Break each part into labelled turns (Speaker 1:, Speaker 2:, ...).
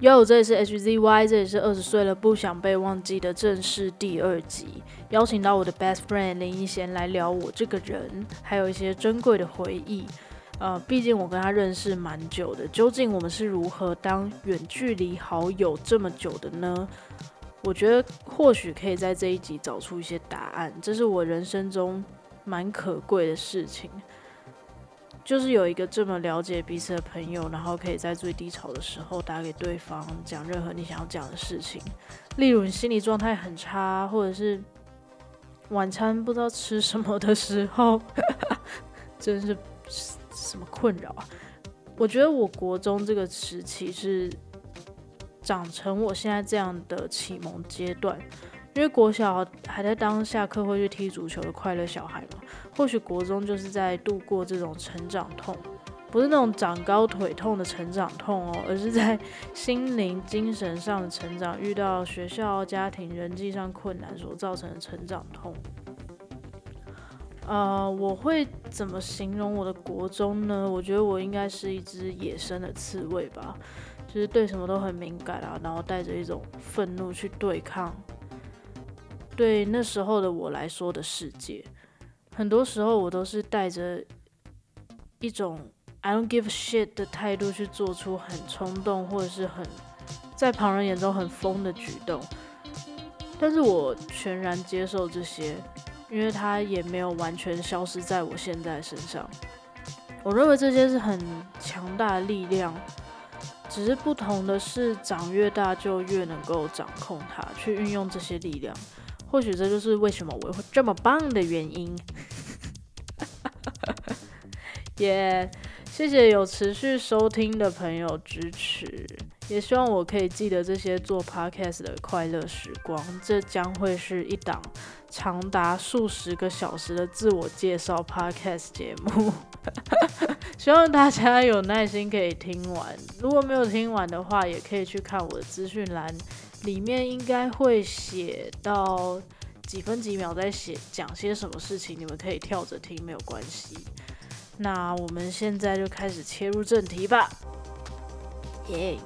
Speaker 1: 哟，这里是 HZY，这里是二十岁了不想被忘记的正式第二集，邀请到我的 best friend 林一贤来聊我这个人，还有一些珍贵的回忆。呃，毕竟我跟他认识蛮久的，究竟我们是如何当远距离好友这么久的呢？我觉得或许可以在这一集找出一些答案，这是我人生中蛮可贵的事情。就是有一个这么了解彼此的朋友，然后可以在最低潮的时候打给对方，讲任何你想要讲的事情，例如你心理状态很差，或者是晚餐不知道吃什么的时候， 真是什么困扰啊！我觉得我国中这个时期是长成我现在这样的启蒙阶段，因为国小还在当下课会去踢足球的快乐小孩嘛，或许国中就是在度过这种成长痛，不是那种长高腿痛的成长痛哦，而是在心灵、精神上的成长，遇到学校、家庭、人际上困难所造成的成长痛。呃，我会怎么形容我的国中呢？我觉得我应该是一只野生的刺猬吧，就是对什么都很敏感啊，然后带着一种愤怒去对抗，对那时候的我来说的世界。很多时候我都是带着一种 I don't give a shit 的态度去做出很冲动或者是很在旁人眼中很疯的举动，但是我全然接受这些，因为它也没有完全消失在我现在身上。我认为这些是很强大的力量，只是不同的是，长越大就越能够掌控它，去运用这些力量。或许这就是为什么我会这么棒的原因。也、谢谢有持续收听的朋友支持，也希望我可以记得这些做 podcast 的快乐时光。这将会是一档长达数十个小时的自我介绍 podcast 节目， 希望大家有耐心可以听完。如果没有听完的话，也可以去看我的资讯栏，里面应该会写到几分几秒在写讲些什么事情，你们可以跳着听，没有关系。那我们现在就开始切入正题吧，耶、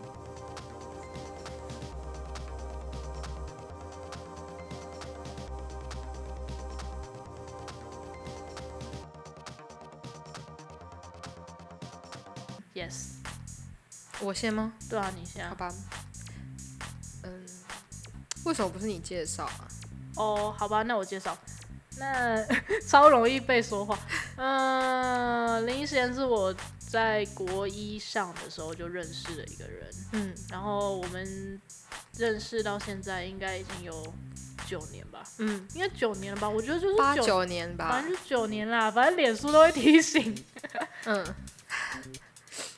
Speaker 1: Yes，
Speaker 2: 我先吗？
Speaker 1: 对啊，你先
Speaker 2: 好
Speaker 1: 啊。
Speaker 2: 吧。嗯，为什么不是你介绍啊？
Speaker 1: 哦，好吧，那我介绍。那 超容易被说话。嗯、林一贤是我在国一上的时候就认识的一个人，
Speaker 2: 嗯，
Speaker 1: 然后我们认识到现在应该已经有九年吧，
Speaker 2: 嗯，
Speaker 1: 应该九年了吧？我觉得就是
Speaker 2: 八
Speaker 1: 九
Speaker 2: 九年吧
Speaker 1: 反。正就九年啦，反正脸书都会提醒。
Speaker 2: 嗯，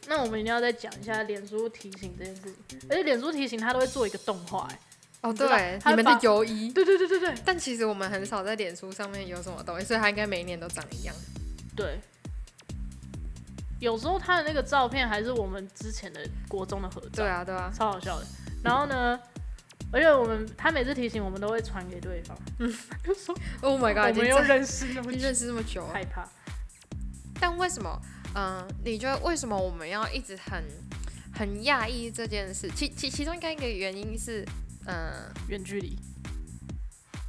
Speaker 1: 那我们一定要再讲一下脸书提醒这件事情，而且脸书提醒它都会做一个动画、欸，
Speaker 2: 哦
Speaker 1: 知道
Speaker 2: 对，
Speaker 1: 他
Speaker 2: 你们
Speaker 1: 把
Speaker 2: 的友谊。
Speaker 1: 对对对对对
Speaker 2: 但其实我们很少在脸书上面有什么东西，所以它应该每一年都长一样。
Speaker 1: 对。有时候他的那个照片还是我们之前的国中的合照，
Speaker 2: 对啊，对啊，
Speaker 1: 超好笑的。然后呢，而且我们他每次提醒我们都会传给对方，就说
Speaker 2: 嗯 Oh my
Speaker 1: 我
Speaker 2: god！已经
Speaker 1: 们又
Speaker 2: 在
Speaker 1: 认识那么
Speaker 2: 已经
Speaker 1: 久，
Speaker 2: 认识这么久了，
Speaker 1: 害怕。
Speaker 2: 但为什么？嗯、你觉得为什么我们要一直很很讶异这件事？其其其中应该一个原因是，嗯、
Speaker 1: 远距离，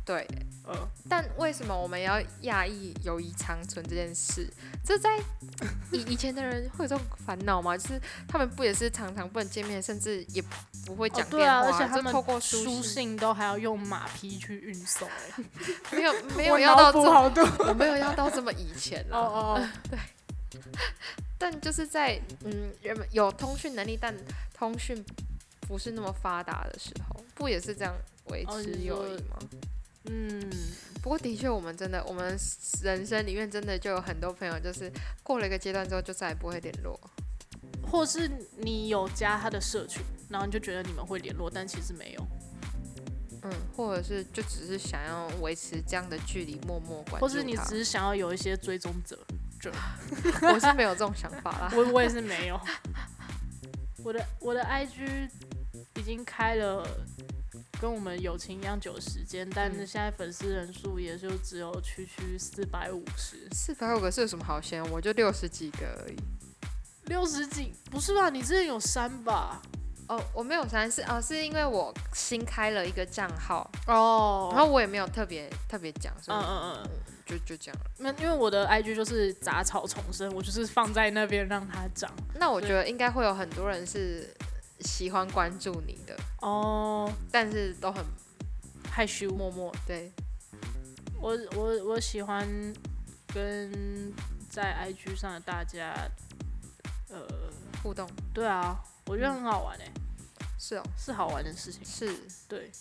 Speaker 2: 对，
Speaker 1: 呃，
Speaker 2: 但为什么我们要讶异友谊长存这件事？这在以以前的人会有这种烦恼吗？就是他们不也是常常不能见面，甚至也不会讲
Speaker 1: 哦对
Speaker 2: 电
Speaker 1: 啊
Speaker 2: 话，
Speaker 1: 而且他
Speaker 2: 就
Speaker 1: 们
Speaker 2: 透过
Speaker 1: 书
Speaker 2: 书信，
Speaker 1: 信都还要用马匹去运送、欸，
Speaker 2: 没 有没
Speaker 1: 我
Speaker 2: 有要
Speaker 1: 脑
Speaker 2: 到这
Speaker 1: 补
Speaker 2: 么，
Speaker 1: 好多。
Speaker 2: 我没有要到这么以前
Speaker 1: 哦
Speaker 2: 了。
Speaker 1: 哦，哦
Speaker 2: 但就是在嗯，人们有通讯能力，但通讯不是那么发达的时候，不也是这样维
Speaker 1: 哦
Speaker 2: 持
Speaker 1: 你说
Speaker 2: 友谊吗？
Speaker 1: 嗯，
Speaker 2: 不过的确，我们真的，我们人生里面真的就有很多朋友，就是过了一个阶段之后，就再也不会联络。
Speaker 1: 或是你有加他的社群，然后你就觉得你们会联络，但其实没有，
Speaker 2: 嗯，或者是就只是想要维持这样的距离，默默关注他。
Speaker 1: 或是你只是想要有一些追踪 者。
Speaker 2: 我是没有这种想法啦。
Speaker 1: 我我也是没有，我的我的 IG 已经开了跟我们友情一样久的时间，但是
Speaker 2: 嗯
Speaker 1: 现在粉丝人数也就只有区区四百五十，
Speaker 2: 四百五个是有什么好嫌？我就六十几个而已。
Speaker 1: 六十几，不是吧？你之前有删吧？
Speaker 2: 哦，我没有删是啊，是因为我新开了一个账号，
Speaker 1: 哦，
Speaker 2: 然后我也没有特别特别讲，所以
Speaker 1: 嗯嗯嗯，
Speaker 2: 就就这样了。
Speaker 1: 那因为我的 IG 就是杂草丛生，我就是放在那边让它长。
Speaker 2: 那我觉得应该会有很多人是喜欢关注你的，
Speaker 1: 哦，
Speaker 2: 但是都很
Speaker 1: 害羞。
Speaker 2: 默默。对，
Speaker 1: 我我我喜欢跟在 IG 上的大家，呃，
Speaker 2: 互动
Speaker 1: 对啊，我觉得很好玩诶、
Speaker 2: 是哦，
Speaker 1: 是好玩的事情。
Speaker 2: 是
Speaker 1: 对，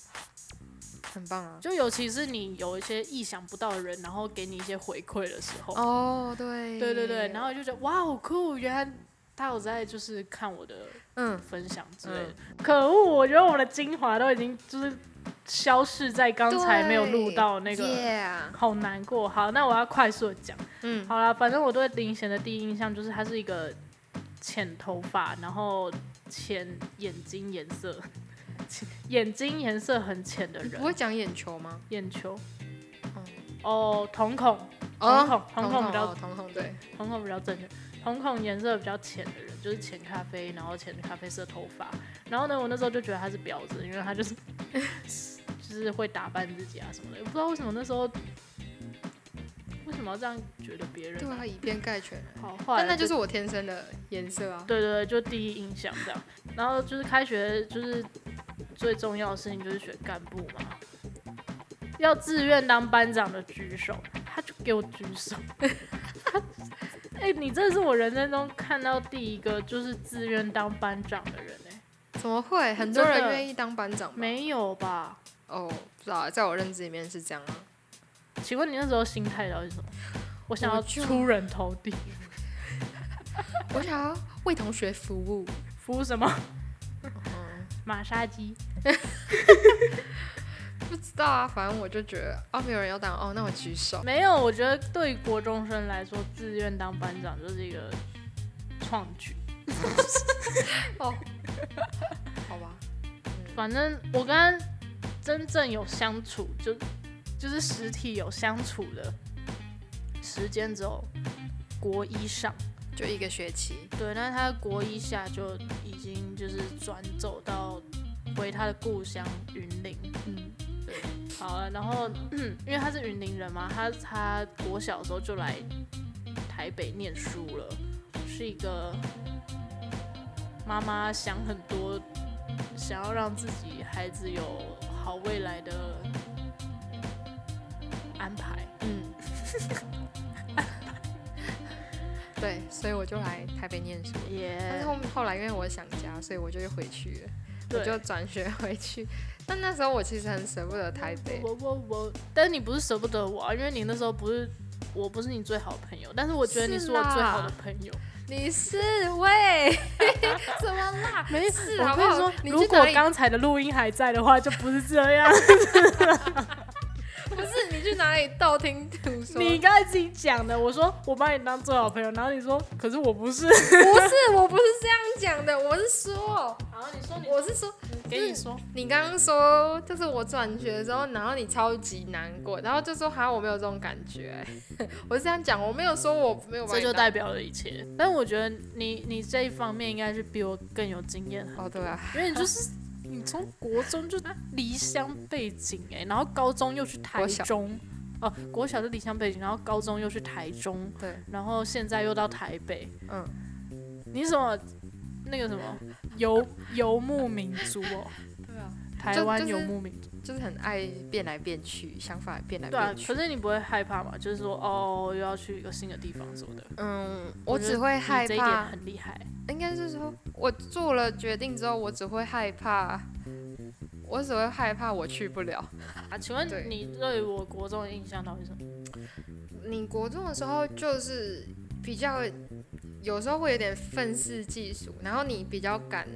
Speaker 2: 很棒啊。
Speaker 1: 就尤其是你有一些意想不到的人，然后给你一些回馈的时候，
Speaker 2: 哦，对，
Speaker 1: 对对对，然后我就觉得哇，好酷，原来他有在就是看我的
Speaker 2: 嗯，
Speaker 1: 分享之类的。可恶，我觉得我们的精华都已经就是消逝在刚才没有录到那
Speaker 2: 对
Speaker 1: 个。
Speaker 2: ，yeah，
Speaker 1: 好难过，好，那我要快速的讲。
Speaker 2: 嗯，
Speaker 1: 好啦，反正我对林贤的第一印象就是她是一个浅头发，然后浅眼睛颜色， 浅眼睛颜色很浅的
Speaker 2: 你
Speaker 1: 人
Speaker 2: 不。会讲眼球吗？
Speaker 1: 眼球
Speaker 2: 哦，
Speaker 1: 哦，瞳孔，瞳孔瞳孔比较
Speaker 2: 哦瞳孔对，
Speaker 1: 瞳孔比较正确，瞳孔颜色比较浅的人，就是浅咖啡，然后浅咖啡色头发。然后呢，我那时候就觉得她是婊子，因为她就是 就是会打扮自己啊什么的。我不知道为什么那时候为什么要这样觉得别人
Speaker 2: 对
Speaker 1: 啊、
Speaker 2: 啊，以偏概全。
Speaker 1: 好坏啊，
Speaker 2: 但那就是我天生的颜色啊。
Speaker 1: 对对对，就第一印象这样。然后就是开学，就是最重要的事情就是选干部嘛。要自愿当班长的举手，他就给我举手。 他，哎、你真的是我人生中看到第一个就是自愿当班长的人哎、
Speaker 2: 怎么会？很多人
Speaker 1: 真的
Speaker 2: 愿意当班长吧？
Speaker 1: 没有吧？
Speaker 2: 哦，不知道啊，在我认知里面是这样啊。
Speaker 1: 请问你那时候心态到底是什么？我想要
Speaker 2: 我就
Speaker 1: 出人头地，
Speaker 2: 我想要为同学服务。
Speaker 1: 服务什么
Speaker 2: 嗯，
Speaker 1: 马杀鸡？
Speaker 2: 不知道啊，反正我就觉得哦，没有人要当哦，那我举手。
Speaker 1: 没有，我觉得对于国中生来说，自愿当班长就是一个创举。
Speaker 2: 哦，好吧，
Speaker 1: 反正我跟真正有相处，就就是实体有相处的时间只有国一上，
Speaker 2: 就一个学期。
Speaker 1: 对，但是他国一下就已经就是转走到回他的故乡云林。
Speaker 2: 嗯，
Speaker 1: 好了，然后嗯因为他是云林人嘛，他他国小的时候就来台北念书了，是一个妈妈想很多，想要让自己孩子有好未来的安排。
Speaker 2: 嗯， 对，所以我就来台北念书。但
Speaker 1: 耶
Speaker 2: 是后后来因为我想家，所以我就又回去了，我
Speaker 1: 嗯对
Speaker 2: 就转学回去。但那时候我其实很舍不得台北。
Speaker 1: 我我我，但是你不是舍不得我啊，因为你那时候不是我不是你最好的朋友，但是我觉得你
Speaker 2: 是
Speaker 1: 是我最好
Speaker 2: 啦
Speaker 1: 的朋友。
Speaker 2: 你是喂， 怎么啦？
Speaker 1: 没
Speaker 2: 事好
Speaker 1: 我
Speaker 2: 不
Speaker 1: 跟你
Speaker 2: 好
Speaker 1: 说，
Speaker 2: 你去
Speaker 1: 如
Speaker 2: 哪
Speaker 1: 果
Speaker 2: 里
Speaker 1: 刚才的录音还在的话，就不是这样。
Speaker 2: 不是你去哪里道听途说？
Speaker 1: 你刚才自己讲的，我说我把你当最好朋友，然后你说，可是我不是。
Speaker 2: 不是，我不是这样讲的，我是说，
Speaker 1: 然后你说
Speaker 2: 我是说，
Speaker 1: 给你说，
Speaker 2: 你刚刚说就是我转学的时候，然后你超级难过，然后就说哈，我没有这种感觉， 我是这样讲，我没有说我没有把
Speaker 1: 这
Speaker 2: 你
Speaker 1: 就
Speaker 2: 当
Speaker 1: 代表了一切。但我觉得你你这一方面应该是比我更有经验，
Speaker 2: 哦，对啊，
Speaker 1: 因为你就是 你从国中就离乡背景哎、然后高中又去台
Speaker 2: 国小
Speaker 1: 中，哦、国小就离乡背景，然后高中又去台中，
Speaker 2: 对，
Speaker 1: 然后现在又到台北，
Speaker 2: 嗯，
Speaker 1: 你什么那个什么游游牧民族 哦，
Speaker 2: 对啊，
Speaker 1: 台湾
Speaker 2: 就是
Speaker 1: 游牧民族。
Speaker 2: 就是很爱变来变去，想法变来
Speaker 1: 对啊，
Speaker 2: 变去。
Speaker 1: 可是你不会害怕嘛？就是说，哦，又要去一个新的地方什么的。
Speaker 2: 嗯，
Speaker 1: 我
Speaker 2: 我
Speaker 1: 觉
Speaker 2: 只
Speaker 1: 得
Speaker 2: 会
Speaker 1: 你
Speaker 2: 害
Speaker 1: 这一点
Speaker 2: 怕，
Speaker 1: 很厉害。
Speaker 2: 应该是说，我做了决定之后，我只会害怕，我只会害怕我去不了。
Speaker 1: 啊，请问
Speaker 2: 对
Speaker 1: 你对我国中的印象到底是什么？
Speaker 2: 你国中的时候就是比较，有时候会有点愤世嫉俗，然后你比较敢，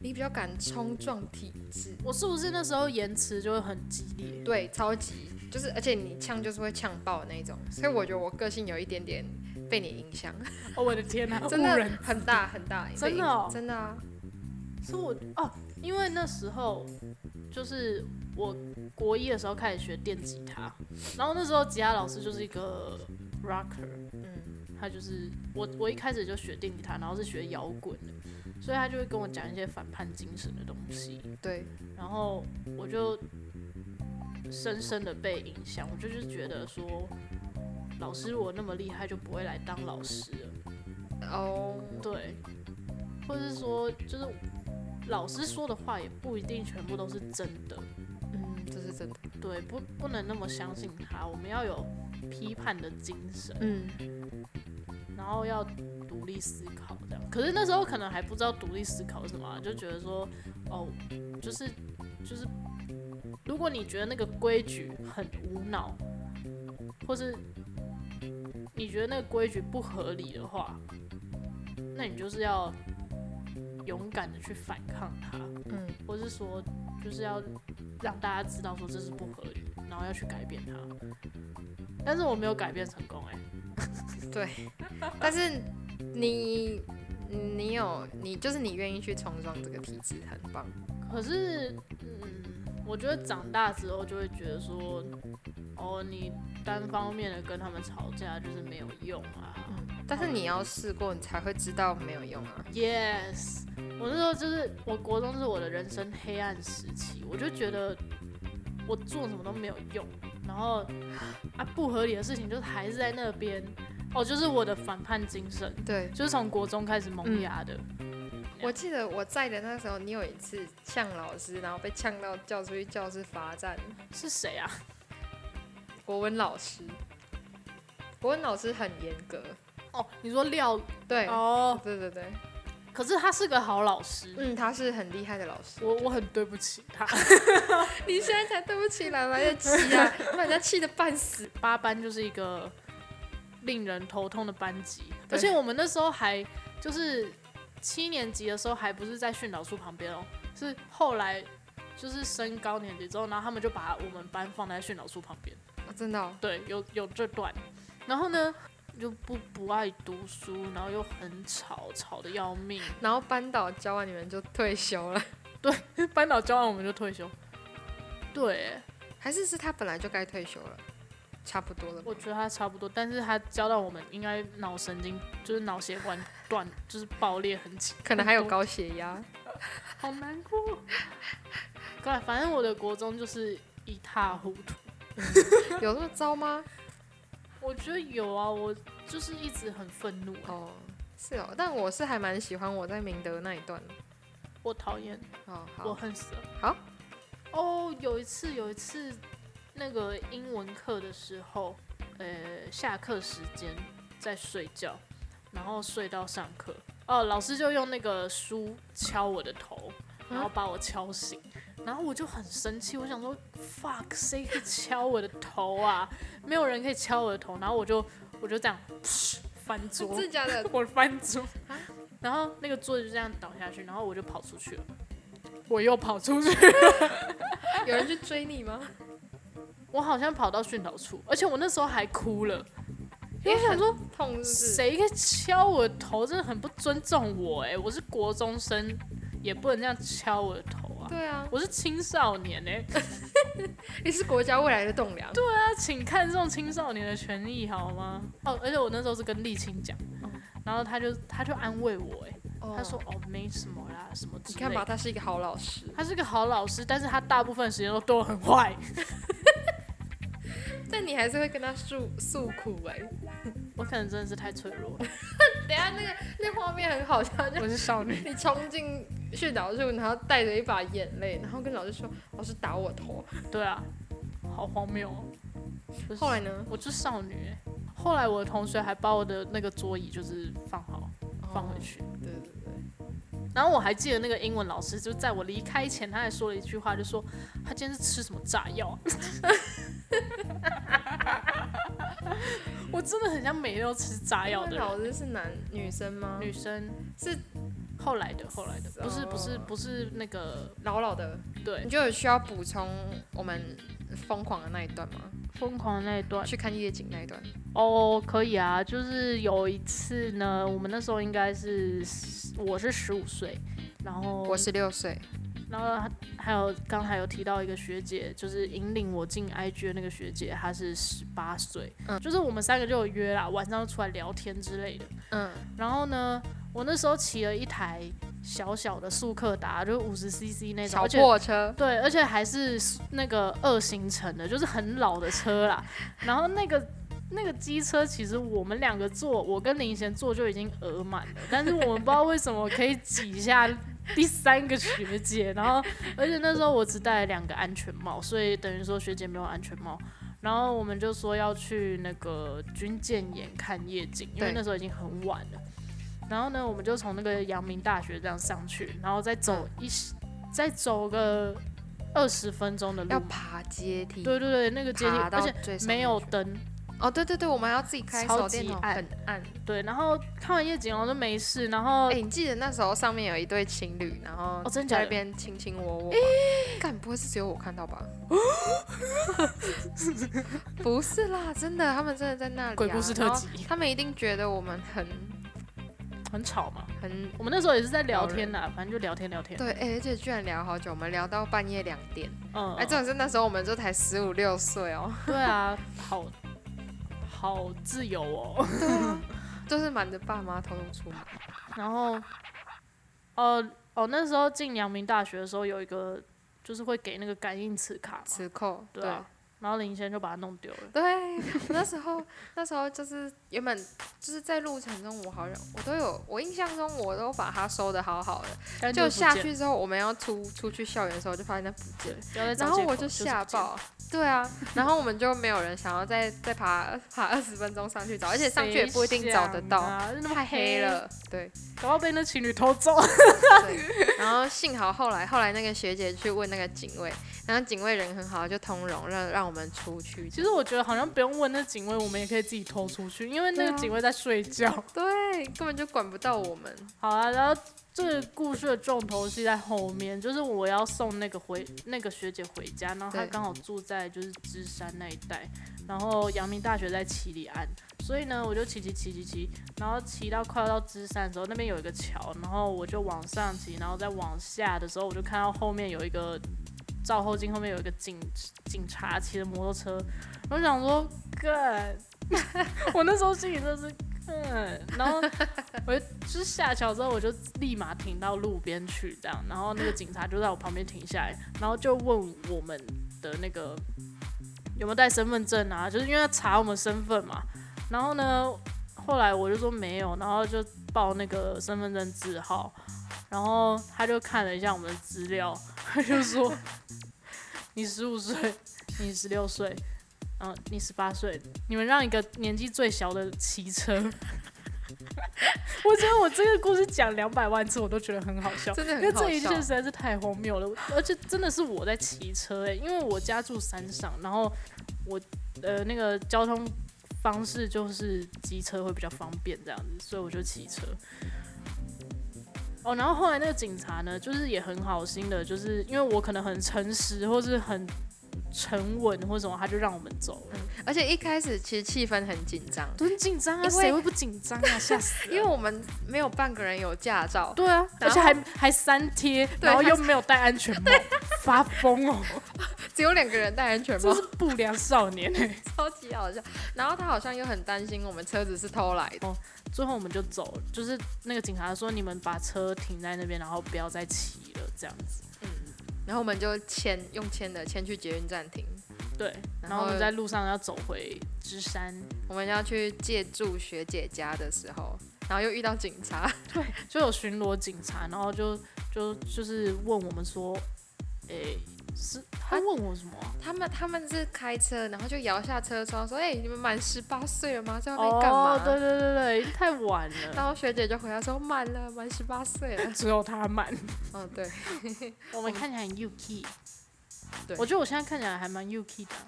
Speaker 2: 你比较敢冲撞体制，
Speaker 1: 我是不是那时候言辞就会很激烈？
Speaker 2: 对，超级就是，而且你呛就是会呛爆的那种，所以我觉得我个性有一点点被你影响，
Speaker 1: 哦，我的天哪、
Speaker 2: 真
Speaker 1: 误
Speaker 2: 的
Speaker 1: 人
Speaker 2: 很大很大，
Speaker 1: 真的哦
Speaker 2: 被影真的啊，
Speaker 1: 是我哦，因为那时候就是我国一的时候开始学电吉他，然后那时候吉他老师就是一个 rocker，
Speaker 2: 嗯，
Speaker 1: 他就是我我一开始就学定他，然后是学摇滚的，所以他就会跟我讲一些反叛精神的东西，
Speaker 2: 对，
Speaker 1: 然后我就深深的被影响，我就是觉得说，老师我那么厉害就不会来当老师了。
Speaker 2: 哦，
Speaker 1: 对，或者是说，就是老师说的话也不一定全部都是真的，
Speaker 2: 嗯，这是真的，
Speaker 1: 对，不不能那么相信他，我们要有批判的精神，
Speaker 3: 嗯，
Speaker 1: 然后要独立思考这样。可是那时候可能还不知道独立思考是什么啊、就觉得说，哦，就是就是，如果你觉得那个规矩很无脑，或是你觉得那个规矩不合理的话，那你就是要勇敢的去反抗它，
Speaker 2: 嗯，
Speaker 1: 或是说就是要让大家知道说这是不合理，然后要去改变它。但是我没有改变成功、欸，哎，
Speaker 2: 但是你你有你就是你愿意去冲撞这个体制，很棒，
Speaker 1: 可是，嗯，我觉得长大之后就会觉得说，哦，你单方面的跟他们吵架就是没有用啊。
Speaker 2: 但是你要试过，你才会知道没有用啊，
Speaker 1: Yes，我那时候就是，我国中是我的人生黑暗时期，我就觉得我做什么都没有用，然后啊不合理的事情就是还是在那边，哦，就是我的反叛精神，
Speaker 2: 对。
Speaker 1: 就是从国中开始萌芽的。
Speaker 2: 嗯我记得我在的那时候，你有一次呛老师，然后被呛到叫出去教室罚站。
Speaker 1: 是谁啊？
Speaker 2: 国文老师，国文老师很严格，
Speaker 1: 哦，你说廖
Speaker 2: 对，
Speaker 1: 哦，
Speaker 2: 对对对，
Speaker 1: 可是他是个好老师。
Speaker 2: 嗯，他是很厉害的老师。
Speaker 1: 我我很对不起他。
Speaker 2: 你现在才对不起来，来得及 啊，把人家气得半死。
Speaker 1: 八班就是一个令人头痛的班级，而
Speaker 2: 对
Speaker 1: 且我们那时候还就是七年级的时候，还不是在训导处旁边哦，是后来就是升高年级之后，然后他们就把我们班放在训导处旁边。
Speaker 2: 啊真的、哦，
Speaker 1: 对，有有这段。然后呢，就不不爱读书，然后又很吵，吵得要命。
Speaker 2: 然后班导教完你们就退休了，
Speaker 1: 班导教完我们就退休。对，
Speaker 2: 还是是他本来就该退休了，差不多了吧。
Speaker 1: 我觉得他差不多，但是他教到我们应该脑神经就是脑血管断，就是爆裂很紧，
Speaker 2: 可能还有高血压。
Speaker 1: 好难过。 对，反正我的国中就是一塌糊涂。
Speaker 2: 有那么糟吗？
Speaker 1: 我觉得有啊，我就是一直很愤怒、欸，
Speaker 2: 哦，是哦，但我是还蛮喜欢我在明德那一段的。
Speaker 1: 我讨厌，
Speaker 2: 哦，
Speaker 1: 我
Speaker 2: 好，
Speaker 1: 恨死了。
Speaker 2: 好，
Speaker 1: 哦，有一次有一次那个英文课的时候，呃，下课时间在睡觉，然后睡到上课，哦，老师就用那个书敲我的头，然后把我敲醒，然后我就很生气，我想说 fuck，谁可以敲我的头啊？没有人可以敲我的头，然后我就我就这样翻桌，
Speaker 2: 真的假的？
Speaker 1: 我翻桌，然后那个桌子就这样倒下去，然后我就跑出去了，我又跑出去，
Speaker 2: 有人去追你吗？
Speaker 1: 我好像跑到训导处，而且我那时候还哭了，因为
Speaker 2: 因为
Speaker 1: 想说
Speaker 2: 痛是不是？
Speaker 1: 谁可以敲我的头，真的很不尊重我哎、我是国中生，也不能这样敲我的头啊，
Speaker 2: 对啊，
Speaker 1: 我是青少年哎、
Speaker 2: 你是国家未来的栋梁。对，啊
Speaker 1: 大家请看重青少年的权益好吗？哦，而且我那时候是跟沥青讲
Speaker 2: 哦，
Speaker 1: 然后他就他就安慰我哎、他说哦没什么啦，什么之
Speaker 2: 你
Speaker 1: 类
Speaker 2: 看
Speaker 1: 的
Speaker 2: 吧，。他是一个好老师。
Speaker 1: 他是个好老师，但是他大部分时间都对我很坏。
Speaker 2: 但你还是会跟他诉诉苦哎、
Speaker 1: 我可能真的是太脆弱了，
Speaker 2: 等一下那个那画面很好笑，就
Speaker 1: 我是少女。
Speaker 2: 你冲进训导处，然后带着一把眼泪，然后跟老师说老师打我头。
Speaker 1: 对啊，好荒谬哦、不是
Speaker 2: 后来呢？
Speaker 1: 我是少女欸、后来我的同学还把我的那个桌椅就是放好放回
Speaker 2: 哦。
Speaker 1: 去，
Speaker 2: 对对对，
Speaker 1: 然后我还记得那个英文老师就在我离开前，他还说了一句话，就说他今天是吃什么炸药 啊。我真的很像每天都吃炸药的
Speaker 2: 那位
Speaker 1: 人，
Speaker 2: 老师是男女生吗？
Speaker 1: 女生
Speaker 2: 是
Speaker 1: 后来的后来的，不是不是不是那个
Speaker 2: 老老的。
Speaker 1: 对
Speaker 2: 你，就有需要补充我们疯狂的那一段吗？
Speaker 1: 疯狂的那一段
Speaker 2: 去看夜景那一段。
Speaker 1: 哦，可以啊，就是有一次呢，我们那时候应该是我是十五岁，然后
Speaker 2: 我十六岁，
Speaker 1: 然后还有刚才有提到一个学姐，就是引领我进 IG 的那个学姐，她是十八岁，
Speaker 2: 嗯
Speaker 1: 就是我们三个就有约啦，晚上就出来聊天之类的。
Speaker 2: 嗯，
Speaker 1: 然后呢，我那时候骑了一台小小的速克达，就是五十 CC 那种，
Speaker 2: 小
Speaker 1: 而且
Speaker 2: 破车，
Speaker 1: 对，而且还是那个二行程的，就是很老的车啦。然后那个那个机车，其实我们两个坐，我跟林贤坐就已经额满了，但是我们不知道为什么可以挤一下第三个学姐。然后，而且那时候我只戴了两个安全帽，所以等于说学姐没有安全帽。然后我们就说要去那个军舰岩看夜景，因为
Speaker 2: 对
Speaker 1: 那时候已经很晚了。然后呢，我们就从那个阳明大学这样上去，然后再走
Speaker 2: 嗯
Speaker 1: 一再走个二十分钟的路
Speaker 2: 要
Speaker 1: 嘛。
Speaker 2: 爬阶
Speaker 1: 嗯
Speaker 2: 梯，
Speaker 1: 对对对，那个阶梯，
Speaker 2: 爬
Speaker 1: 而
Speaker 2: 到
Speaker 1: 且
Speaker 2: 最上
Speaker 1: 没
Speaker 2: 面
Speaker 1: 有
Speaker 2: 去
Speaker 1: 灯。
Speaker 2: 哦，对对对，我们要自己开
Speaker 1: 超
Speaker 2: 手电
Speaker 1: 级
Speaker 2: 筒，
Speaker 1: 暗
Speaker 2: 很暗。
Speaker 1: 对，然后看完夜景，哦然后就没事，然后、
Speaker 2: 哎、你记得那时候上面有一对情侣，然后
Speaker 1: 哦真假的
Speaker 2: 在那边卿卿我我吗，干不会是只有我看到吧？ 不是啦，真的，他们真的在那里、啊。
Speaker 1: 鬼故事特
Speaker 2: 然后
Speaker 1: 辑
Speaker 2: 他们一定觉得我们很
Speaker 1: 很吵嘛。
Speaker 2: 很
Speaker 1: 我们那时候也是在聊天啦，反正就聊天聊天。
Speaker 2: 对，哎、而且居然聊好久，我们聊到半夜两点。
Speaker 1: 嗯，
Speaker 2: 哎、重点是那时候我们就才十五六岁哦，
Speaker 1: 对啊，好好自由哦。
Speaker 2: 对啊，就是瞒着爸妈偷偷出门。
Speaker 1: 然后，呃，哦，那时候进阳明大学的时候，有一个就是会给那个感应磁卡嘛，
Speaker 2: 磁扣，
Speaker 1: 对啊然后林先就把它弄丢了。
Speaker 2: 对，我那时候那时候就是原本就是在路程中，我好像我都有，我印象中我都把它收的好好的。
Speaker 1: 但
Speaker 2: 就是
Speaker 1: 不
Speaker 2: 下
Speaker 1: 见
Speaker 2: 去之后，我们要出出去校园的时候，就发现它不见了，
Speaker 1: 了，不要再找
Speaker 2: 然后
Speaker 1: 借口
Speaker 2: 我就吓。
Speaker 1: 是不见了
Speaker 2: 爆。对啊，然后我们就没有人想要再再爬爬二十分钟上去找，而且上去也不一定找得到，
Speaker 1: 谁想啊、那么
Speaker 2: 太黑，了。对，
Speaker 1: 搞不好被那情侣偷走。
Speaker 2: 对然后幸好后来后来那个学姐去问那个警卫，然后警卫人很好，就通融让让我们出去。
Speaker 1: 其实我觉得好像不用问那警卫，我们也可以自己偷出去，因为那
Speaker 2: 对
Speaker 1: 个
Speaker 2: 啊
Speaker 1: 警卫在睡觉。
Speaker 2: 对，根本就管不到我们。
Speaker 1: 好啊，然后这个故事的重头戏在后面，就是我要送那个回那个学姐回家，然后她
Speaker 2: 对
Speaker 1: 刚好住在就是芝山那一带，然后阳明大学在七里岸，所以呢我就骑骑骑骑骑，然后骑到快要到芝山的时候，那边有一个桥，然后我就往上骑，然后再往下的时候，我就看到后面有一个照后镜，后面有一个警警察骑着摩托车，我想说，干， 我那时候心里真的是。嗯，然后我就是下桥之后，我就立马停到路边去，这样，然后那个警察就在我旁边停下来，然后就问我们的那个有没有带身份证啊，就是因为要查我们身份嘛。然后呢，后来我就说没有，然后就报那个身份证字号，然后他就看了一下我们的资料，他就说 你十五岁，你十六岁。嗯，你十八岁，你们让一个年纪最小的骑车， 我觉得我这个故事讲两百万次，我都觉得很好笑，
Speaker 2: 真的
Speaker 1: 因
Speaker 2: 很
Speaker 1: 为
Speaker 2: 好
Speaker 1: 这一
Speaker 2: 笑
Speaker 1: 切实在是太荒谬了，而且真的是我在骑车哎、因为我家住山上，然后我呃那个交通方式就是机车会比较方便这样子，所以我就骑车。哦，然后后来那个警察呢，就是也很好心的，就是因为我可能很诚实或是很沉稳或什么，他就让我们走了。
Speaker 2: 嗯而且一开始其实气氛很紧张，
Speaker 1: 都很紧张啊，
Speaker 2: 因为
Speaker 1: 谁会不紧张啊？吓死
Speaker 2: 因
Speaker 1: 人！
Speaker 2: 为我们没有半个人有驾照，
Speaker 1: 对啊，而
Speaker 2: 然后
Speaker 1: 且还还三贴，然后
Speaker 2: 还
Speaker 1: 又没有戴安全 帽，发疯哦！
Speaker 2: 只有两个人戴安全
Speaker 1: 这
Speaker 2: 帽
Speaker 1: 是，不良少年哎、
Speaker 2: 超级好笑。然后他好像又很担心我们车子是偷来的，
Speaker 1: 最后我们就走了，就是那个警察说你们把车停在那边，然后不要再骑了这样子。
Speaker 2: 然后我们就签用签的签去捷运站停，
Speaker 1: 对，
Speaker 2: 然后
Speaker 1: 然后我们在路上要走回芝山，
Speaker 2: 我们要去借住学姐家的时候，然后又遇到警察，
Speaker 1: 就有巡逻警察，然后就就就是问我们说，诶、是他问我什么啊、
Speaker 2: 他们他们是开车，然后就摇下车窗说：“哎、你们满十八岁了吗？在外面干嘛？”
Speaker 1: 哦，对对对对，太晚
Speaker 2: 然
Speaker 1: 了，
Speaker 2: 后学姐就回答说：“满了，满十八岁了。
Speaker 1: 只有他满。”
Speaker 2: 嗯，对，
Speaker 1: 我们看起来很 UK，
Speaker 2: 对
Speaker 1: 我觉得我现在看起来还蛮 UK 的啊，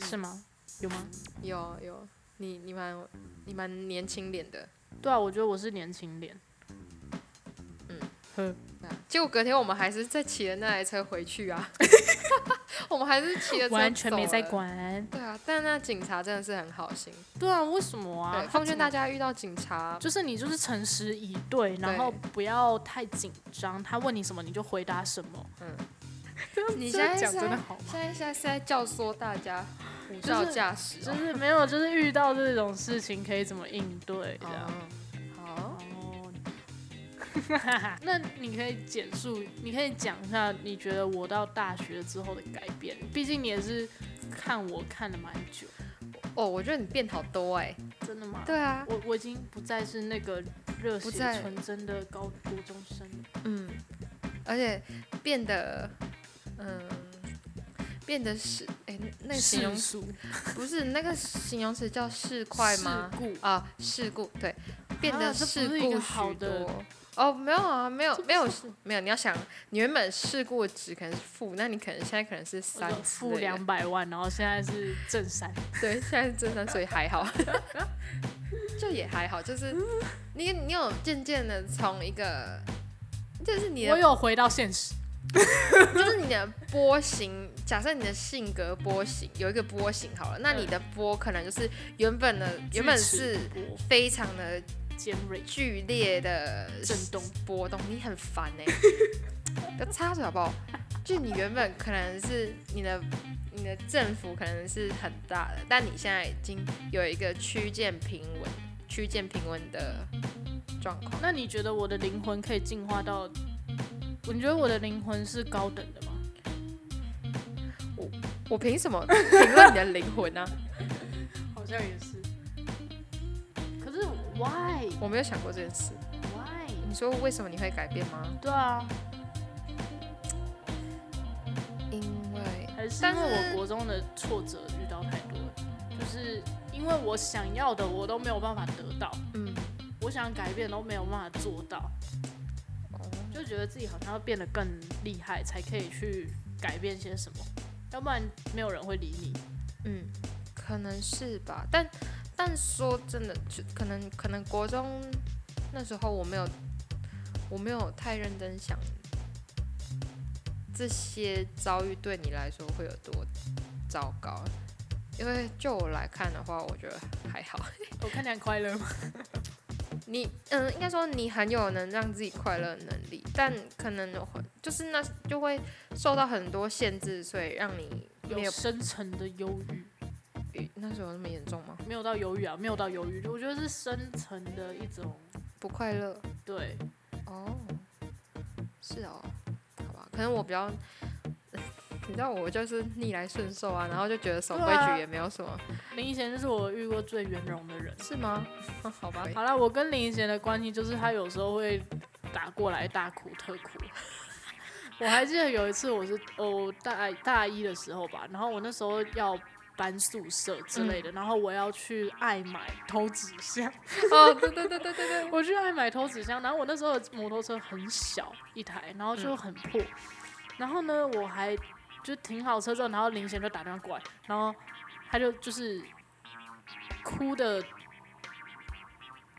Speaker 1: 是吗？有吗？
Speaker 2: 有有，你你蛮你蛮年轻脸的。
Speaker 1: 对啊，我觉得我是年轻脸。嗯，呵，
Speaker 2: 结果隔天我们还是在骑着那台车回去啊，啊 我们还是骑着车
Speaker 1: 完全没
Speaker 2: 走
Speaker 1: 在
Speaker 2: 了。
Speaker 1: 管。
Speaker 2: 对啊，但那警察真的是很好心，
Speaker 1: 对啊，为什么啊
Speaker 2: 对，？奉劝大
Speaker 1: 家，
Speaker 2: 家遇到警察，
Speaker 1: 就是你就是诚实以对，然后不要太紧张。他问你什么你就回答什么。
Speaker 2: 你
Speaker 1: 这
Speaker 2: 现在
Speaker 1: 讲
Speaker 2: 是
Speaker 1: 真的
Speaker 2: 在
Speaker 1: 好吗？
Speaker 2: 现在现在是在教唆大家无
Speaker 1: 就是
Speaker 2: 照驾 驶
Speaker 1: 就
Speaker 2: 哦。
Speaker 1: 是没有，就是遇到这种事情可以怎么应对这样。
Speaker 2: 嗯好，
Speaker 1: 哦， 那你可以简述，你可以讲一下你觉得我到大学之后的改变，毕竟你也是看我看了蛮久，
Speaker 2: 哦，我觉得你变好多哎、
Speaker 1: 真的吗？
Speaker 2: 对啊，
Speaker 1: 我我已经不再是那个热血
Speaker 2: 不再
Speaker 1: 纯真的高国中生了，
Speaker 2: 嗯，而且变得，嗯，变得是，哎、那个形
Speaker 1: 世
Speaker 2: 容
Speaker 1: 俗
Speaker 2: 不是那个形容词叫世快吗
Speaker 1: 世？故
Speaker 2: 啊，事故，对，变
Speaker 1: 啊
Speaker 2: 得
Speaker 1: 这不
Speaker 2: 事
Speaker 1: 是一
Speaker 2: 故
Speaker 1: 个好
Speaker 2: 许
Speaker 1: 的
Speaker 2: 多。哦，没有啊，没有
Speaker 1: 这，不
Speaker 2: 没有
Speaker 1: 是
Speaker 2: 事，没有。你要想，你原本事故的值可能是负，那你可能现在可能是
Speaker 1: 我
Speaker 2: 三
Speaker 1: 就
Speaker 2: 之
Speaker 1: 负
Speaker 2: 类的
Speaker 1: 两，百万，然后现在是正三，
Speaker 2: 对，现在是正三，所以还好， 就也还 好，就是你你有渐渐的从一个，就是你的
Speaker 1: 我有回到现实，
Speaker 2: 就是你的波形，假设你的性格波形有一个波形好了，那你的波可能就是原本的原本是
Speaker 1: 嗯锯齿波
Speaker 2: 非常的
Speaker 1: 尖锐
Speaker 2: 剧烈的
Speaker 1: 震动，
Speaker 2: 波动，你很烦哎、 不要插嘴好不好？就你原本可能是你的你的振幅可能是很大的，但你现在已经有一个区间平稳、区间平稳的状况。
Speaker 1: 那你觉得我的灵魂可以进化到？你觉得我的灵魂是高等的吗？
Speaker 2: 我凭什么评论你的灵魂啊呢、
Speaker 1: 好像也是。可是 why
Speaker 2: 我没有想过这件事。
Speaker 1: why？
Speaker 2: 你说为什么你会改变吗？
Speaker 1: 对啊，
Speaker 2: 因为
Speaker 1: 还是因
Speaker 2: 但
Speaker 1: 为我
Speaker 2: 是
Speaker 1: 国中的挫折遇到太多了，就是因为我想要的我都没有办法得到，
Speaker 2: 嗯，
Speaker 1: 我想改变都没有办法做到，
Speaker 2: 哦
Speaker 1: 就觉得自己好像要变得更厉害才可以去改变些什么，要不然没有人会理你。
Speaker 2: 嗯，可能是吧。但但说真的，就可能可能国中那时候我没有我没有太认真想这些遭遇对你来说会有多糟糕，因为就我来看的话，我觉得还好。
Speaker 1: 我看起来很快乐吗？
Speaker 2: 你嗯，应该说你很有能让自己快乐的能力，但可能会就是那就会受到很多限制，所以让你没
Speaker 1: 有
Speaker 2: 有
Speaker 1: 深层的忧郁。
Speaker 2: 那时候有那么严重吗？
Speaker 1: 没有到犹豫啊，没有到犹豫，我觉得是深层的一种
Speaker 2: 不快乐。
Speaker 1: 对，
Speaker 2: 哦，是哦，好吧，可能我比较，你知道我就是逆来顺受啊，然后就觉得守规
Speaker 1: 对啊
Speaker 2: 矩也没有什么，
Speaker 1: 林依贤就是我遇过最圆融的人。
Speaker 2: 是吗？哦好吧，
Speaker 1: 好了，我跟林依贤的关系就是她有时候会打过来大哭特哭。 我还记得有一次，我是哦大大一的时候吧，然后我那时候要搬宿舍之类的，然后我要去爱买偷纸箱，
Speaker 2: 哦，对对对对对对，
Speaker 1: 我去爱买偷纸箱，然后我那时候的摩托车很小一台，然后就很破，然后呢，我还就停好车之后，然后林贤就打电话过来，然后他就就是哭的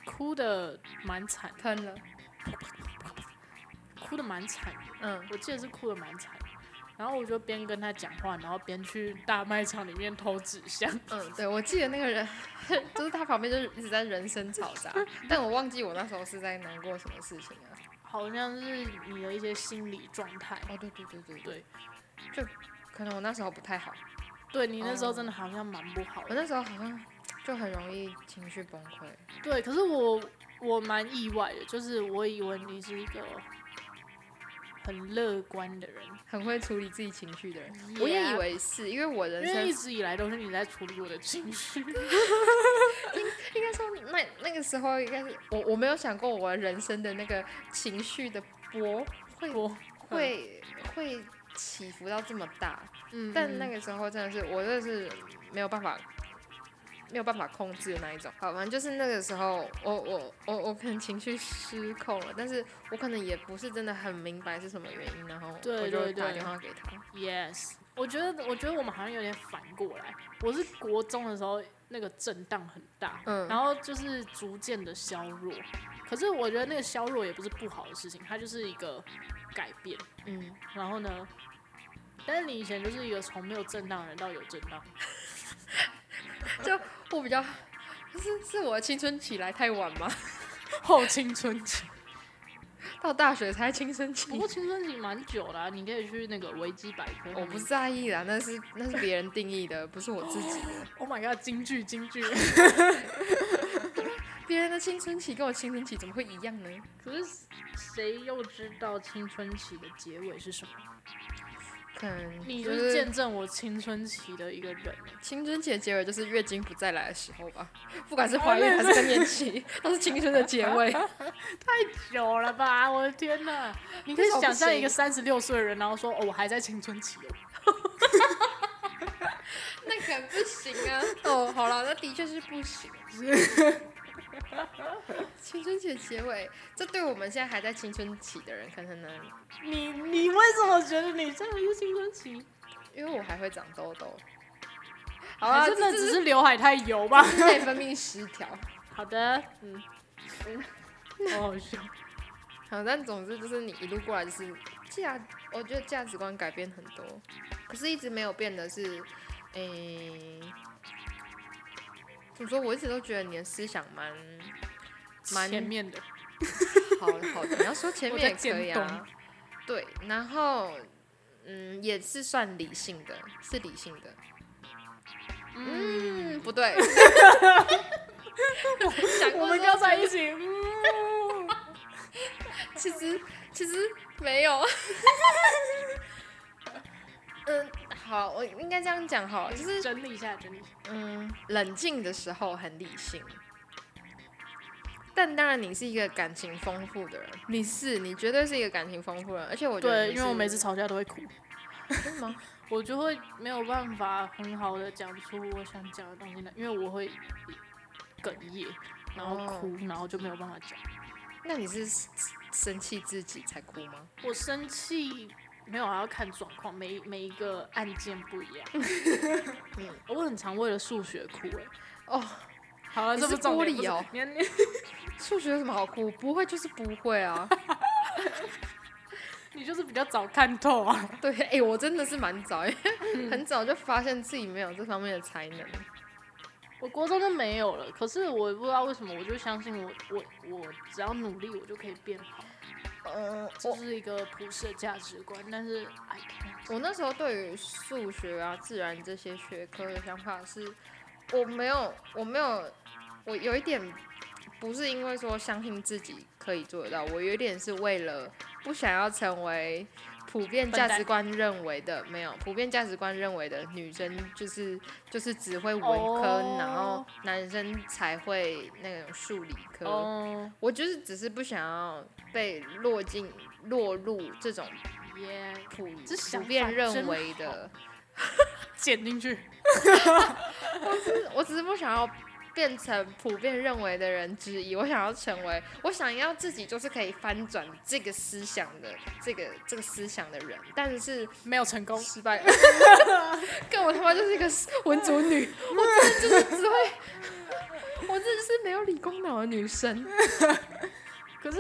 Speaker 1: 哭的蛮惨，
Speaker 2: 喷了，
Speaker 1: 哭的蛮惨的，
Speaker 2: 嗯，
Speaker 1: 我记得是哭的蛮惨的。然后我就边跟他讲话，然后边去大卖场里面偷纸箱。
Speaker 2: 嗯，对，我记得那个人， 就是他旁边就是一直在人声嘈杂，但我忘记我那时候是在难过什么事情了。
Speaker 1: 好像是你的一些心理状态，
Speaker 2: 哦，对对对对
Speaker 1: 对，
Speaker 2: 就可能我那时候不太好，
Speaker 1: 对你那时候真的好像蛮不好
Speaker 2: 我
Speaker 1: 的。
Speaker 2: 那时候好像就很容易情绪崩溃。
Speaker 1: 对，可是我我蛮意外的，就是我以为你是一个很乐观的人，
Speaker 2: 很会处理自己情绪的人。我也以为是，因为我人
Speaker 1: 因为一
Speaker 2: 生
Speaker 1: 直以来都是你在处理我的情绪。
Speaker 2: 应该说那那个时候应该是我我没有想过我人生的那个情绪的波 会
Speaker 1: 我
Speaker 2: 会会起伏到这么大，
Speaker 1: 嗯，
Speaker 2: 但那
Speaker 1: 个
Speaker 2: 个时候真的是我真的是没有办法。没有办法控制的那一种，好，反正就是那个时候，我我我我可能情绪失控了，但是我可能也不是真的很明白是什么原因，然后
Speaker 1: 对
Speaker 2: 我就
Speaker 1: 对
Speaker 2: 打
Speaker 1: 对
Speaker 2: 电话给他，
Speaker 1: yes，我觉得我觉得我们好像有点反过来。我是国中的时候那个震荡很大，
Speaker 2: 嗯
Speaker 1: 然后就是逐渐的削弱。可是我觉得那个削弱也不是不好的事情，它就是一个改变。
Speaker 2: 嗯
Speaker 1: 然后呢，但是你以前就是一个从没有震荡人到有震荡，
Speaker 2: 我比较 是是我的青春期来太晚吗？
Speaker 1: 后青春期。
Speaker 2: 到大学才青春期
Speaker 1: 不，过青春期蛮久啦、你可以去那个维基百科。
Speaker 2: 我不在意啦，那是那是别人定义的，不是我自己的。
Speaker 1: ，Oh my god，京剧京剧。
Speaker 2: 别人的青春期跟我青春期怎么会一样呢？
Speaker 1: 可是谁又知道青春期的结尾是什么？
Speaker 2: 可能
Speaker 1: 你
Speaker 2: 就
Speaker 1: 就是
Speaker 2: 是
Speaker 1: 见证我青春期的一个人。
Speaker 2: 青春期的结尾就是月经不再来的时候吧，不管是怀孕还哦是更年期，都是青春的结尾。
Speaker 1: 久了吧，我的天哪！你可以
Speaker 2: 为什么不
Speaker 1: 想象一个
Speaker 2: 行
Speaker 1: 三十六岁的人，然后说：“哦，我还在青春期哦。
Speaker 2: 那可不行啊！哦，好了，那的确是不行。 青春期的结尾，这对我们现在还在青春期的人，可能呢，
Speaker 1: 你你为什么觉得你这个是青春期？
Speaker 2: 因为我还会长痘痘。好
Speaker 1: 还
Speaker 2: 了，
Speaker 1: 是那
Speaker 2: 这
Speaker 1: 只
Speaker 2: 是
Speaker 1: 是刘海太油吧？
Speaker 2: 内分泌失调。
Speaker 1: 好的，嗯， 好好笑。
Speaker 2: 好，但总之就是你一路过来就是价，我觉得价值观改变很多，可是一直没有变的是，诶、怎么说？我一直都觉得你的思想蛮蛮
Speaker 1: 前面的，
Speaker 2: 好好的，你要说前面
Speaker 1: 我
Speaker 2: 也
Speaker 1: 在
Speaker 2: 可以
Speaker 1: 渐冻
Speaker 2: 啊。对，然后嗯，也是算理性的，是理性的。嗯，不对，想 过
Speaker 1: 我们
Speaker 2: 之后
Speaker 1: 刚在
Speaker 2: 觉
Speaker 1: 一起，嗯，
Speaker 2: 得其实其实没有。 嗯，好，我应该这样讲好了，就是
Speaker 1: 整理一下，整理一下。
Speaker 2: 嗯，冷静的时候很理性，但当然你是一个感情丰富的人，你是你绝对是一个感情丰富的人，而且我觉得
Speaker 1: 对，
Speaker 2: 你
Speaker 1: 因为我
Speaker 2: 是
Speaker 1: 每次吵架都会哭，
Speaker 2: 真的吗？
Speaker 1: 我就会没有办法很好的讲出我想讲的东西来，因为我会哽咽，然后哭，然后就没有办法讲。
Speaker 2: 那你是生生气自己才哭吗？
Speaker 1: 我生气没有，还要看状况，每每一个案件不 一样。嗯，我很常为了数学哭哎、
Speaker 2: 哦，
Speaker 1: 好了，
Speaker 2: 你
Speaker 1: 这不
Speaker 2: 是
Speaker 1: 重点
Speaker 2: 玻璃哦
Speaker 1: 不是你你
Speaker 2: 数学有什么好哭？不会就是不会啊。
Speaker 1: 你就是比较早看透啊。
Speaker 2: 对，哎、我真的是蛮早，因
Speaker 1: 嗯
Speaker 2: 为很早就发现自己没有这方面的才能。
Speaker 1: 我国中就没有了，可是我不知道为什么，我就相信我我我只要努力，我就可以变好。
Speaker 2: 嗯，
Speaker 1: 这
Speaker 2: 我
Speaker 1: 是一个普世的价值观，但是 I can't。
Speaker 2: 我那时候对于数学啊、自然这些学科的想法是，我没有，我没有，我有一点不是因为说相信自己可以做得到，我有一点是为了不想要成为普遍价值观认为的没有普遍价值观认为的女生就是就是只会文科
Speaker 1: 哦
Speaker 2: 然后男生才会那种数理科。
Speaker 1: 哦
Speaker 2: 我就是只是不想要被落进落入这种
Speaker 1: 耶，
Speaker 2: 普
Speaker 1: 这想
Speaker 2: 普
Speaker 1: 法
Speaker 2: 遍
Speaker 1: 真
Speaker 2: 认为的，
Speaker 1: 剪进去。
Speaker 2: 我只是不想要变成普遍认为的人之一。我想要成为，我想要自己就是可以翻转这个思想的这个这个思想的人，但是
Speaker 1: 没有成功，
Speaker 2: 失 败了。跟我他妈就是一个文主女，我真的就是只会，我真的是没有理工脑的女生。
Speaker 1: 可是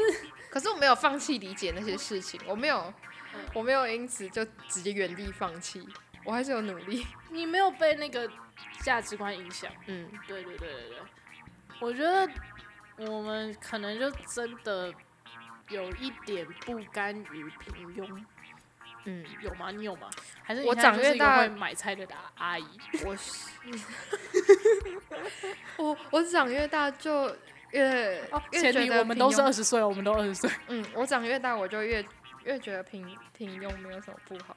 Speaker 2: 可是我没有放弃理解那些事情，我没有
Speaker 1: 嗯，
Speaker 2: 我没有因此就直接原地放弃，我还是有努力。
Speaker 1: 你没有被那个价值观影响。
Speaker 2: 嗯，
Speaker 1: 对对对对对，我觉得我们可能就真的有一点不甘于平庸，
Speaker 2: 嗯，
Speaker 1: 有吗？你有吗？还是你
Speaker 2: 我
Speaker 1: 现在
Speaker 2: 长
Speaker 1: 就是
Speaker 2: 越
Speaker 1: 一个
Speaker 2: 大
Speaker 1: 会买菜的阿阿姨？
Speaker 2: 我是， 我我长越大就越
Speaker 1: 哦，
Speaker 2: 越
Speaker 1: 前
Speaker 2: 觉
Speaker 1: 提
Speaker 2: 得
Speaker 1: 我们都
Speaker 2: 平
Speaker 1: 是
Speaker 2: 庸
Speaker 1: 二十岁，我们都二十岁。
Speaker 2: 嗯，我长越大我就越越觉得平平庸没有什么不好。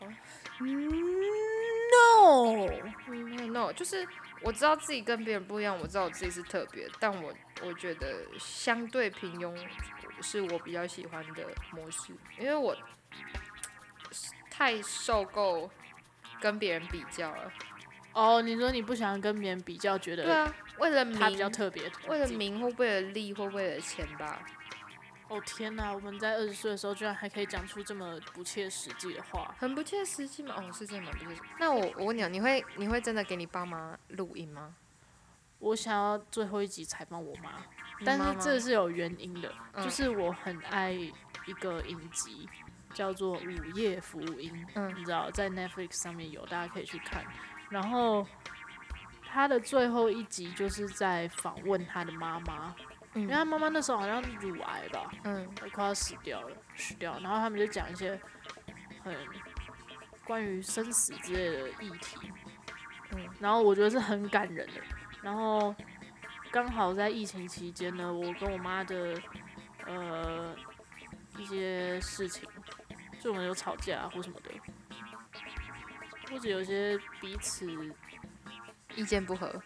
Speaker 1: No，
Speaker 2: 嗯，没有 no，就是我知道自己跟别人不一样，我知道我自己是特别，但我我觉得相对平庸是我比较喜欢的模式，因为我太受够跟别人比较了。
Speaker 1: 哦，你说你不想跟别人比较，觉
Speaker 2: 对
Speaker 1: 得
Speaker 2: 啊，为了
Speaker 1: 呃他比较
Speaker 2: 名，
Speaker 1: 特别，
Speaker 2: 为了。名或为了利或为了钱吧。
Speaker 1: 哦天哪，我们在二十岁的时候，居然还可以讲出这么不切实际的话。
Speaker 2: 很不切实际嘛？哦，是真的蛮不切实际。那我我问你啊，你会你会真的给你爸妈录音吗？
Speaker 1: 我想要最后一集采访我妈，
Speaker 2: 你
Speaker 1: 但
Speaker 2: 妈
Speaker 1: 是
Speaker 2: 妈
Speaker 1: 这是有原因的，
Speaker 2: 嗯
Speaker 1: 就是我很爱一个影集，叫做《午夜福音》，
Speaker 2: 嗯
Speaker 1: 你知道在 Netflix 上面有，大家可以去看。然后他的最后一集就是在访问他的妈妈，因为
Speaker 2: 嗯
Speaker 1: 他妈妈那时候好像乳癌吧，
Speaker 2: 嗯
Speaker 1: 快要死掉了，死掉。然后他们就讲一些很关于生死之类的议题，
Speaker 2: 嗯，
Speaker 1: 然后我觉得是很感人的。然后刚好在疫情期间呢，我跟我妈的呃一些事情，就我们有吵架、啊、或什么的，或者有一些彼此
Speaker 2: 意见不合，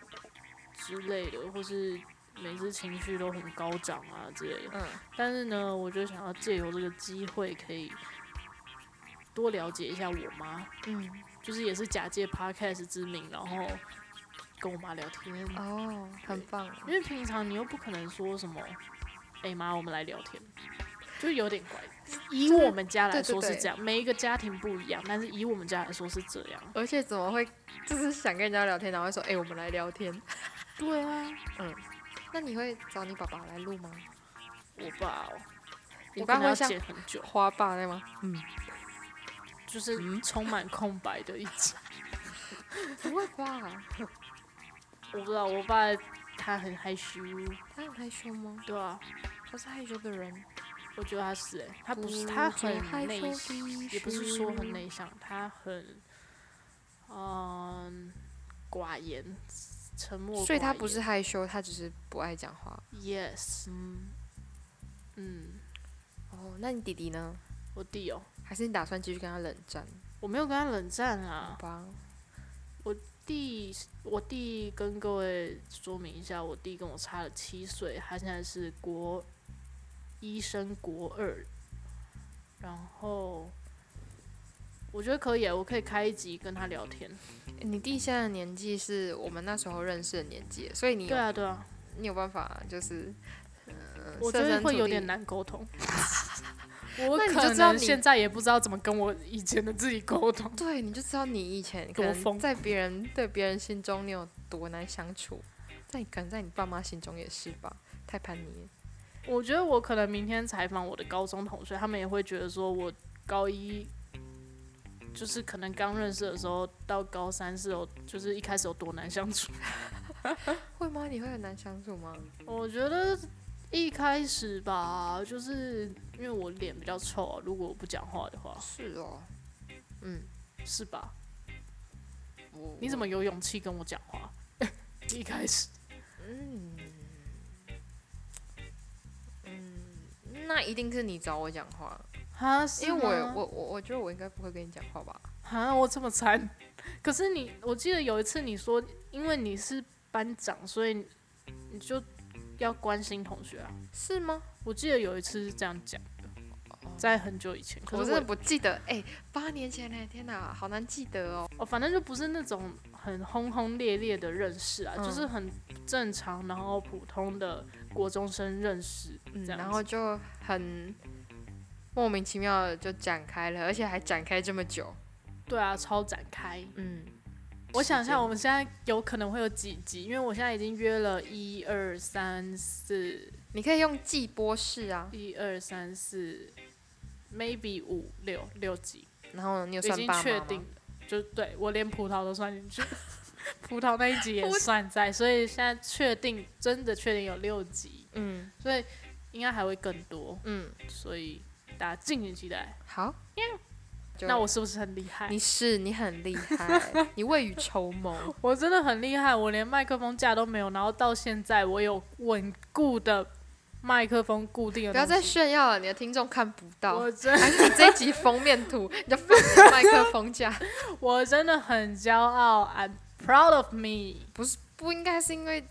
Speaker 1: 之类的，或是每次情绪都很高涨啊之类的。
Speaker 2: 嗯
Speaker 1: 但是呢，我就想要借由这个机会，可以多了解一下我妈，
Speaker 2: 嗯
Speaker 1: 就是也是假借 podcast 之名，然后跟我妈聊天。
Speaker 2: 哦，很棒，
Speaker 1: 因为平常你又不可能说什么，哎、妈，我们来聊天，就有点怪。以
Speaker 2: 就是
Speaker 1: 我们家来
Speaker 2: 对对
Speaker 1: 说是
Speaker 2: 对
Speaker 1: 这样，每一个家庭不一样，但是以我们家来说是这样。
Speaker 2: 而且怎么会就是想跟人家聊天，然后会说哎、我们来聊天？
Speaker 1: 对啊，
Speaker 2: 那你会找你爸爸来录吗？
Speaker 1: 我爸、哦，
Speaker 2: 你
Speaker 1: 我
Speaker 2: 爸
Speaker 1: 可能
Speaker 2: 会
Speaker 1: 要
Speaker 2: 像
Speaker 1: 剪很久，
Speaker 2: 花爸那吗？
Speaker 1: 就是
Speaker 2: 嗯
Speaker 1: 充满空白的一集。
Speaker 2: 不会吧？
Speaker 1: 我不知道，我爸他很害羞，
Speaker 2: 他很害羞吗？
Speaker 1: 对啊，
Speaker 2: 他是害羞的人，
Speaker 1: 我觉得他是、欸，他不是，
Speaker 2: 不
Speaker 1: 他
Speaker 2: 做害
Speaker 1: 很内
Speaker 2: 羞
Speaker 1: 向，
Speaker 2: 的
Speaker 1: 也不是说
Speaker 2: 事
Speaker 1: 很内向，他很，嗯，寡言，沉默寡言。
Speaker 2: 所以他不是害羞，他只是不爱讲话。
Speaker 1: ，yes，嗯，
Speaker 2: 哦，那你弟弟呢？
Speaker 1: 我弟哦，
Speaker 2: 还是你打算继续跟他冷战？
Speaker 1: 我没有跟他冷战啊
Speaker 2: 好。吧，
Speaker 1: 弟，我弟跟各位说明一下，我弟跟我差了七岁，他现在是国一升国二，然后我觉得可以啊，我可以开一集跟他聊天。
Speaker 2: 嗯你弟现在的年纪是我们那时候认识的年纪，所以你有、
Speaker 1: 对啊，对啊，
Speaker 2: 你有办法就是，呃，
Speaker 1: 我觉
Speaker 2: 设
Speaker 1: 得
Speaker 2: 身
Speaker 1: 会
Speaker 2: 处
Speaker 1: 有
Speaker 2: 地
Speaker 1: 点。难沟通。 我
Speaker 2: 那你就
Speaker 1: 可
Speaker 2: 知道
Speaker 1: 能
Speaker 2: 你
Speaker 1: 现在也不知道怎么跟我以前的自己沟通。
Speaker 2: 对，你就知道你以前可
Speaker 1: 多疯
Speaker 2: 能在别人对别人心中你有多难相处，在可能在你爸妈心中也是吧，太叛逆了。
Speaker 1: 我觉得我可能明天采访我的高中同学，他们也会觉得说我高一就是可能刚认识的时候到高三是有就是一开始有多难相处。
Speaker 2: 会吗？你会很难相处吗？
Speaker 1: 我觉得一开始吧，就是因为我脸比较臭啊、如果我不讲话的话，
Speaker 2: 是哦，嗯，
Speaker 1: 是吧？
Speaker 2: 我
Speaker 1: 你怎么有勇气跟我讲话？ 一开始
Speaker 2: 嗯嗯，那一定是你找我讲话，
Speaker 1: 哈，是
Speaker 2: 因为我
Speaker 1: 吗
Speaker 2: 我我我觉得我应该不会跟你讲话吧？
Speaker 1: 啊，我这么惨。可是你，我记得有一次你说，因为你是班长，所以你就要关心同学啊。
Speaker 2: 是吗？
Speaker 1: 我记得有一次是这样讲的，在很久以前。可
Speaker 2: 我
Speaker 1: 是
Speaker 2: 真
Speaker 1: 我
Speaker 2: 的不记得，哎、八年前呢，天哪，好难记得哦。
Speaker 1: 哦，反正就不是那种很轰轰烈烈的认识啊，
Speaker 2: 嗯
Speaker 1: 就是很正常，然后普通的国中生认识
Speaker 2: 嗯，
Speaker 1: 这样子。
Speaker 2: 然后就很莫名其妙的就展开了，而且还展开这么久。
Speaker 1: 对啊，超展开。
Speaker 2: 嗯，
Speaker 1: 我想一
Speaker 2: 时
Speaker 1: 下，
Speaker 2: 间
Speaker 1: 我们现在有可能会有几集，因为我现在已经约了一二三四
Speaker 2: 你可以用季播式啊，
Speaker 1: 一二三四，maybe 五六六集，
Speaker 2: 然后你有
Speaker 1: 已
Speaker 2: 算
Speaker 1: 经
Speaker 2: 爸妈
Speaker 1: 确
Speaker 2: 吗
Speaker 1: 定了，就对我连葡萄都算进 去，葡萄那一集也
Speaker 2: 我
Speaker 1: 算在，所以现在确定真的确定有六集，
Speaker 2: 嗯
Speaker 1: 所以应该还会更多，
Speaker 2: 嗯，
Speaker 1: 所以大家敬请期待。
Speaker 2: 好。就
Speaker 1: 那我是不是很厉害
Speaker 2: 你？是你很厉害，你未雨绸缪。
Speaker 1: 我真的很厉害，我连麦克风架都没有，然后到现在我有稳固的麦克风固定的
Speaker 2: 不要
Speaker 1: 东
Speaker 2: 再
Speaker 1: 西
Speaker 2: 炫耀了，你的听众看不 到
Speaker 1: 我。真
Speaker 2: 还是你这一集封面图，你就放你的麦克风架，
Speaker 1: 我真的很骄傲，I'm proud of me。
Speaker 2: 不是不应该是因为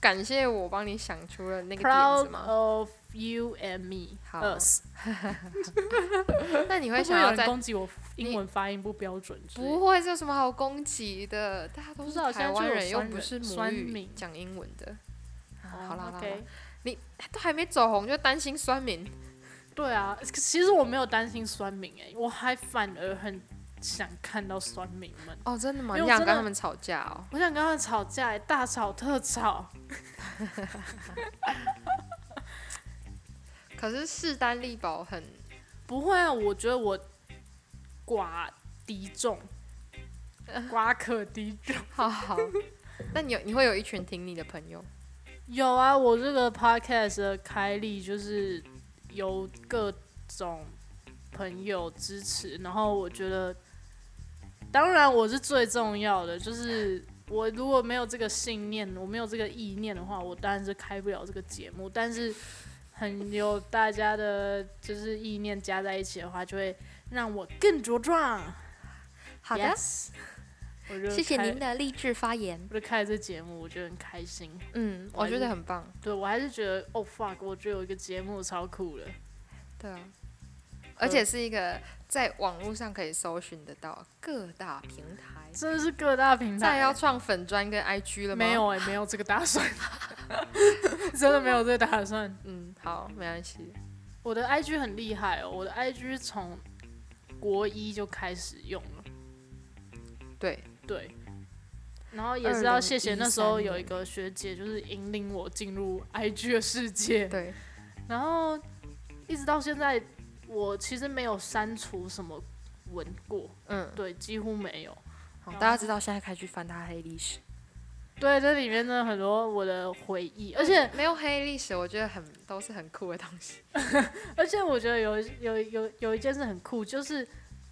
Speaker 2: 感谢我帮你想出了那个点
Speaker 1: Proud
Speaker 2: 子吗？
Speaker 1: of you and me，
Speaker 2: 好
Speaker 1: us。
Speaker 2: 那你
Speaker 1: 会不
Speaker 2: 会
Speaker 1: 会
Speaker 2: 想
Speaker 1: 有
Speaker 2: 要
Speaker 1: 人
Speaker 2: 在
Speaker 1: 攻击我英文发音不标准之类的？
Speaker 2: 不会，这有什么好攻击的？大家
Speaker 1: 不
Speaker 2: 都是
Speaker 1: 知道现在
Speaker 2: 台
Speaker 1: 就
Speaker 2: 湾
Speaker 1: 有
Speaker 2: 人，又
Speaker 1: 酸
Speaker 2: 不
Speaker 1: 人
Speaker 2: 是母
Speaker 1: 酸
Speaker 2: 语
Speaker 1: 民
Speaker 2: 讲英文的。
Speaker 1: 哦
Speaker 2: 啊好啦好啦，好啦
Speaker 1: OK，
Speaker 2: 都还没走红就担心酸民，
Speaker 1: 对啊，其实我没有担心酸民哎、我还反而很想看到酸民们。
Speaker 2: 哦，真的吗？
Speaker 1: 因为我
Speaker 2: 你想
Speaker 1: 真
Speaker 2: 跟
Speaker 1: 的
Speaker 2: 他们吵架哦？
Speaker 1: 我想跟他们吵架、欸，大吵特吵。
Speaker 2: 可是势单力薄很
Speaker 1: 不会啊，我觉得我寡敌 众，寡可敌众。
Speaker 2: 好好，那你有你会有一群挺你的朋友，
Speaker 1: 有啊，我这个 podcast 的开立就是由各种朋友支持，然后我觉得，当然我是最重要的，就是我如果没有这个信念，我没有这个意念的话，我当然是开不了这个节目。但是很有大家的，就是意念加在一起的话，就会让我更茁壮。
Speaker 2: 好的
Speaker 1: Yes 我就
Speaker 2: 谢谢
Speaker 1: 开
Speaker 2: 您，的励志发言。
Speaker 1: 我就开了这节目，我就很开心。
Speaker 2: 嗯，
Speaker 1: 我
Speaker 2: 我
Speaker 1: 还是
Speaker 2: 觉得很棒。
Speaker 1: 对我还是觉得，哦 fuck，我觉得有一个节目超酷的。
Speaker 2: 对
Speaker 1: 呃
Speaker 2: 啊，而且是一个在网络上可以搜寻得到各大平台。
Speaker 1: 真的是各大平
Speaker 2: 再
Speaker 1: 台
Speaker 2: 要创粉砖跟 IG 了吗？
Speaker 1: 没。有哎、没有这个打算， 真的没有这个打算。
Speaker 2: 嗯，好，没关系。
Speaker 1: 我的 IG 很厉害哦，我的 IG 从国一就开始用了，
Speaker 2: 对，
Speaker 1: 对。然后也是要谢谢那时候
Speaker 2: 2013
Speaker 1: 有一个学姐，就是引领我进入 IG 的世界。
Speaker 2: 对，
Speaker 1: 然后一直到现在，我其实没有删除什么文过，
Speaker 2: 嗯，
Speaker 1: 对，几乎没有。
Speaker 2: 好，大家知道现在开始去翻他黑历史，
Speaker 1: 对，这里面真的很多我的回忆，而且
Speaker 2: 没有黑历史，我觉得很都是很酷的东西。
Speaker 1: 而且我觉得有有有有一件事很酷，就是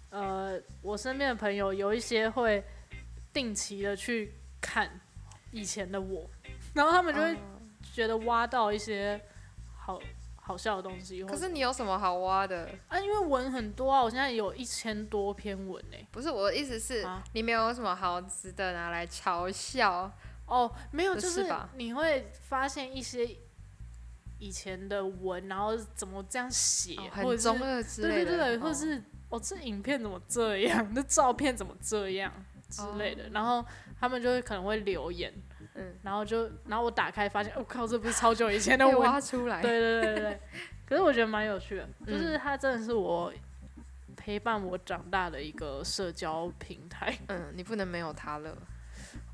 Speaker 1: 呃，我身边的朋友有一些会定期的去看以前的我，然后他们就会
Speaker 2: 哦
Speaker 1: 觉得挖到一些好好笑的东西。
Speaker 2: 可是你有什么好挖的？
Speaker 1: 啊，因为文很多啊，我现在有一千多篇文欸呢、
Speaker 2: 不是我的意思是
Speaker 1: 啊，
Speaker 2: 你没有什么好值得拿来嘲笑。
Speaker 1: 哦，没有，
Speaker 2: 不
Speaker 1: 就是是
Speaker 2: 吧
Speaker 1: 你会发现一些以前的文，然后怎么这样写，
Speaker 2: 哦
Speaker 1: 或
Speaker 2: 很
Speaker 1: 者是
Speaker 2: 中二之
Speaker 1: 对
Speaker 2: 类的，
Speaker 1: 对对，或
Speaker 2: 哦
Speaker 1: 是哦，这影片怎么这样？ 这照片怎么这样之类的？然后他们就会可能会留言，
Speaker 2: 嗯，
Speaker 1: 然后就然后我打开发现，我、靠，这不是超久以前 的
Speaker 2: 被
Speaker 1: 文？
Speaker 2: 挖出来，
Speaker 1: 对对对对对。可是我觉得蛮有趣的，就是它真的是我陪伴我长大的一个社交平台。
Speaker 2: 嗯，你不能没有他了。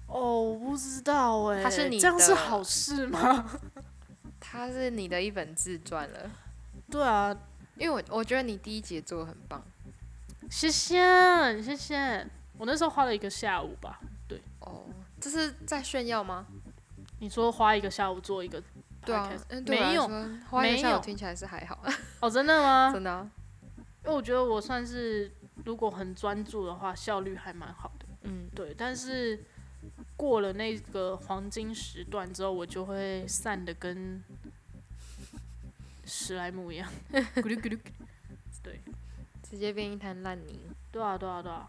Speaker 1: 哦，我不知道哎、
Speaker 2: 它是你
Speaker 1: 这样是
Speaker 2: 的
Speaker 1: 好事吗？
Speaker 2: 他是你的一本自传了，
Speaker 1: 对啊，
Speaker 2: 因为我我觉得你第一节做得很棒
Speaker 1: 谢谢谢谢。我那时候花了一个下午吧，
Speaker 2: 哦，这是在炫耀吗？
Speaker 1: 你说花一个下午做一个 podcast,
Speaker 2: 对啊，嗯，对我来
Speaker 1: 没有
Speaker 2: 说，花言
Speaker 1: 没
Speaker 2: 巧
Speaker 1: 有
Speaker 2: 语听起来是还好，
Speaker 1: 哦，真的吗？
Speaker 2: 真的啊、
Speaker 1: 因为我觉得我算是如果很专注的话，效率还蛮好的。
Speaker 2: 嗯，
Speaker 1: 对，但是过了那个黄金时段之后，我就会散的跟史莱姆一样，咕噜咕噜。
Speaker 2: 直接变一滩烂泥。
Speaker 1: 对啊，对啊，对啊。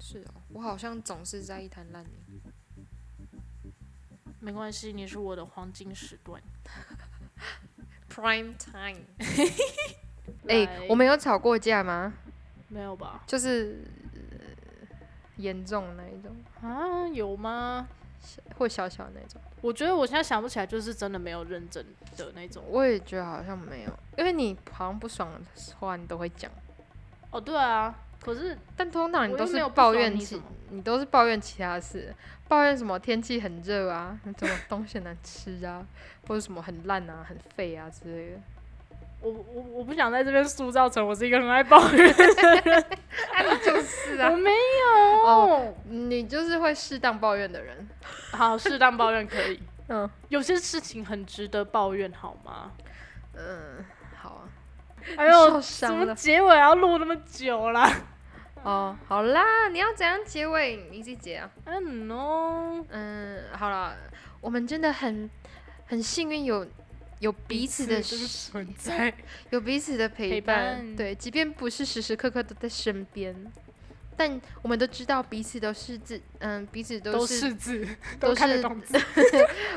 Speaker 2: 是哦，我好像总是在一滩烂泥。
Speaker 1: 没关系，你是我的黄金时段。
Speaker 2: Prime time。哎、
Speaker 1: 来
Speaker 2: 我们有吵过架吗？
Speaker 1: 没有吧？
Speaker 2: 就是、呃严重的那一种，
Speaker 1: 啊，有吗？
Speaker 2: 或小小的那种。
Speaker 1: 我觉得我现在想不起来，就是真的没有认真的那种。
Speaker 2: 我也觉得好像没有，因为你好像不爽的话你都会讲，
Speaker 1: 哦，对啊，可是
Speaker 2: 但通常你
Speaker 1: 我
Speaker 2: 都
Speaker 1: 又没
Speaker 2: 是
Speaker 1: 有不
Speaker 2: 抱
Speaker 1: 爽
Speaker 2: 怨
Speaker 1: 你
Speaker 2: 其
Speaker 1: 什么
Speaker 2: 你都是抱怨其他事，抱怨什么天气很热啊，怎么东西很难吃啊，或者什么很烂啊、很废啊之类的。
Speaker 1: 我我我不想在这边塑造成我是一个很爱抱怨的
Speaker 2: 就是
Speaker 1: 人，我
Speaker 2: 啊，
Speaker 1: 没有。
Speaker 2: 哦你就是会适当抱怨的人。
Speaker 1: 好，适当抱怨 可以。
Speaker 2: 嗯
Speaker 1: 有些事情很值得抱怨，好吗？
Speaker 2: 嗯，好啊。
Speaker 1: 哎呦，
Speaker 2: 受
Speaker 1: 什
Speaker 2: 伤
Speaker 1: 么
Speaker 2: 了
Speaker 1: 结尾要录那么久啦？
Speaker 2: 哦，好啦，你要怎样结尾？你自己结啊。
Speaker 1: 嗯哦，
Speaker 2: 嗯，好了，我们真的很很幸运有有彼此的
Speaker 1: 就是
Speaker 2: 时
Speaker 1: 存在。
Speaker 2: 有彼此的陪
Speaker 1: 陪
Speaker 2: 伴，
Speaker 1: 伴
Speaker 2: 对，即便不是时时刻刻都在身边，但我们都知道彼此都是自，嗯，彼此都
Speaker 1: 都
Speaker 2: 是，
Speaker 1: 是字，
Speaker 2: 都
Speaker 1: 都看得
Speaker 2: 是
Speaker 1: 懂字。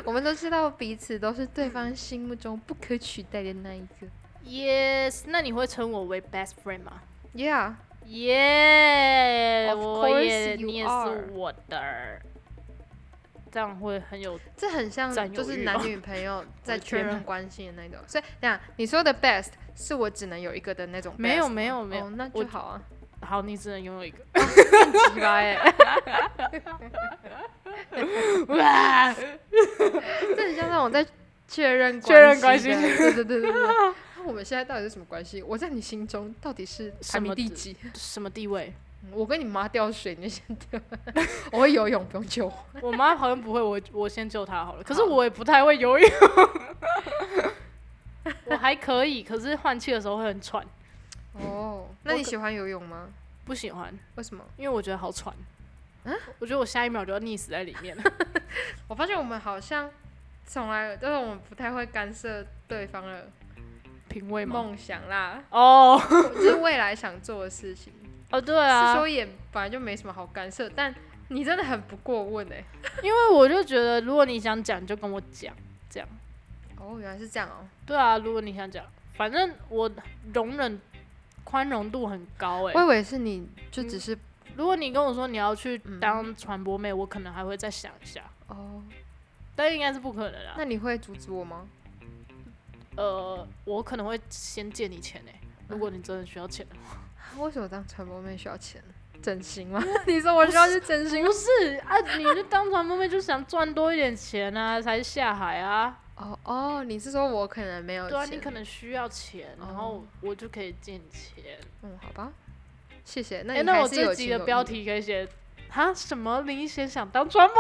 Speaker 2: 我们都知道彼此都是对方心目中不可取代的那一个。
Speaker 1: Yes，那你会称我为 best friend 吗
Speaker 2: Yeah，
Speaker 1: 耶
Speaker 2: Of
Speaker 1: 我也
Speaker 2: course you
Speaker 1: 你也
Speaker 2: are
Speaker 1: 是我的，这样会很有
Speaker 2: 这很像
Speaker 1: 占有
Speaker 2: 就是
Speaker 1: 欲
Speaker 2: 男
Speaker 1: 吧
Speaker 2: 女朋 友在
Speaker 1: 的天
Speaker 2: 确认
Speaker 1: 啊
Speaker 2: 关系的那种。所以，这样你说的 best 是我只能有一个的那种 best 吗，
Speaker 1: 没有没有没有
Speaker 2: 哦那
Speaker 1: 我
Speaker 2: 就好啊，
Speaker 1: 好，你只能拥有一个。
Speaker 2: 哦很奇葩哎，
Speaker 1: 哇，
Speaker 2: 这很像那种在确认
Speaker 1: 确认
Speaker 2: 关
Speaker 1: 关
Speaker 2: 系
Speaker 1: 系
Speaker 2: 的，对对对对对。那我们现在到底是什么关系？我在你心中到底是排
Speaker 1: 什
Speaker 2: 名
Speaker 1: 么
Speaker 2: 第
Speaker 1: 的
Speaker 2: 几？
Speaker 1: 什么地位？
Speaker 2: 嗯我跟你妈掉水，你先 掉。我会游泳，不用救我。
Speaker 1: 我妈好像不会，我我先救她好了。可是
Speaker 2: 好
Speaker 1: 我也不太会游泳，我还可以，可是换气的时候会很喘，
Speaker 2: 哦，那你
Speaker 1: 可
Speaker 2: 喜欢游泳吗？
Speaker 1: 不喜欢，
Speaker 2: 为什么？
Speaker 1: 因为我觉得好喘。
Speaker 2: 啊
Speaker 1: 我觉得我下一秒就要溺死在里面了。
Speaker 2: 我发现我们好像从来就是我们不太会干涉对方的
Speaker 1: 品味吗？
Speaker 2: 梦想 啦，
Speaker 1: 哦
Speaker 2: 就是未来想做的事情。
Speaker 1: 哦，对
Speaker 2: 是
Speaker 1: 啊，
Speaker 2: 说也本来就没什么好干涉，但你真的很不过问哎、
Speaker 1: 因为我就觉得，如果你想讲，你就跟我讲，这样。
Speaker 2: 哦，原来是这样哦、
Speaker 1: 对啊，如果你想讲，反正我容忍宽容度很高哎、
Speaker 2: 我以为是你就只是、
Speaker 1: 如果你跟我说你要去
Speaker 2: 嗯
Speaker 1: 当传播妹，我可能还会再想一下，
Speaker 2: 哦，
Speaker 1: 但应该是不可能啦。
Speaker 2: 那你会阻止我吗？
Speaker 1: 呃，我可能会先借你钱哎、如果你真的需要钱的话，
Speaker 2: 啊为什么当传播妹需要钱？整形吗？你说我需要去整形吗
Speaker 1: 不？是啊， 你就当传播妹就想赚多一点钱啊，才下海啊。
Speaker 2: 哦哦，你是说我可能没有
Speaker 1: 对啊，
Speaker 2: 钱？
Speaker 1: 你可能需要钱，然
Speaker 2: 哦
Speaker 1: 后我就可以借你钱。
Speaker 2: 嗯，好吧，谢谢。那
Speaker 1: 哎、
Speaker 2: 你
Speaker 1: 那
Speaker 2: 还
Speaker 1: 我
Speaker 2: 是有
Speaker 1: 这
Speaker 2: 情
Speaker 1: 集
Speaker 2: 有
Speaker 1: 的
Speaker 2: 义
Speaker 1: 标题可以写啊什么林依贤想当 传播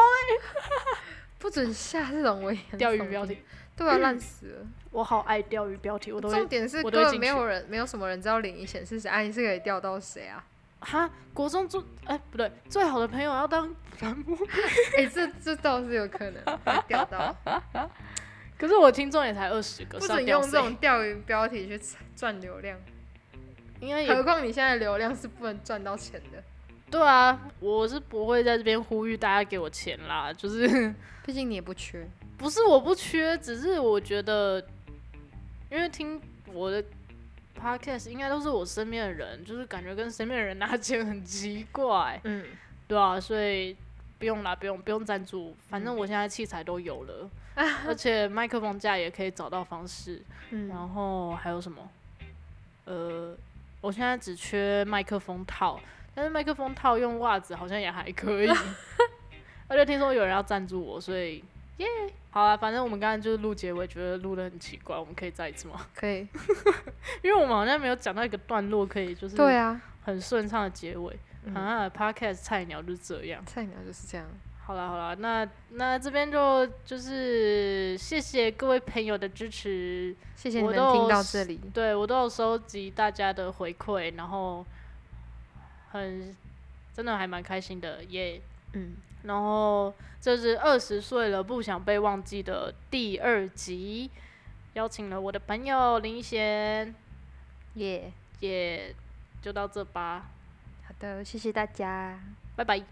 Speaker 2: 不准下这种危言
Speaker 1: 钓鱼
Speaker 2: 耸
Speaker 1: 标
Speaker 2: 听
Speaker 1: 题，，
Speaker 2: 对啊，烂死了。
Speaker 1: 我好爱钓鱼标题，我都会
Speaker 2: 重点是
Speaker 1: 我
Speaker 2: 根
Speaker 1: 都会
Speaker 2: 本
Speaker 1: 进
Speaker 2: 没有
Speaker 1: 去
Speaker 2: 人，没有什么人知道林依贤是谁，啊，你是可以钓到谁 啊？
Speaker 1: 哈，国中最哎、不对，最好的朋友要当传播，
Speaker 2: 哎、这这倒是有可能会钓 到，
Speaker 1: 可是我听众也才二十个，
Speaker 2: 不
Speaker 1: 是要
Speaker 2: 准
Speaker 1: 钓
Speaker 2: 用这
Speaker 1: 谁
Speaker 2: 种钓鱼标题去赚流量，
Speaker 1: 应该
Speaker 2: 何
Speaker 1: 也
Speaker 2: 况你现在的流量是不能赚到钱的，
Speaker 1: 对啊，我是不会在这边呼吁大家给我钱啦，就是
Speaker 2: 毕竟你也不缺。
Speaker 1: 不是我不缺，只是我觉得，因为听我的 podcast 应该都是我身边的人，就是感觉跟身边的人拿钱很奇怪，
Speaker 2: 嗯，
Speaker 1: 对啊，所以不用啦，不用不用赞助，反正我现在器材都有 了，而且麦克风架也可以找到方式，
Speaker 2: 嗯
Speaker 1: 然后还有什么？呃，我现在只缺麦克风套，但是麦克风套用袜子好像也还可 以。而且听说有人要赞助我，所以耶好啊，反正我们刚才就是录结尾，觉得录的很奇怪，我们可以再一次吗？
Speaker 2: 可以。
Speaker 1: 因为我们好像没有讲到一个段落可以就是
Speaker 2: 对啊，
Speaker 1: 很顺畅的结尾
Speaker 2: 嗯
Speaker 1: 啊。Podcast 菜鸟就是这样。
Speaker 2: 菜鸟就是这样。
Speaker 1: 好啦好啦，那那这边就就是谢谢各位朋友的支持，
Speaker 2: 谢谢你
Speaker 1: 我
Speaker 2: 们
Speaker 1: 都
Speaker 2: 听
Speaker 1: 有
Speaker 2: 到
Speaker 1: 是
Speaker 2: 这里，
Speaker 1: 对我都有收集大家的回馈，然后很真的还蛮开心的耶。
Speaker 2: 嗯，
Speaker 1: 然后这是二十岁了不想被忘记的第二集，邀请了我的朋友林贤，
Speaker 2: 耶、
Speaker 1: 也就到这吧，
Speaker 2: 好的，谢谢大家。
Speaker 1: 拜拜。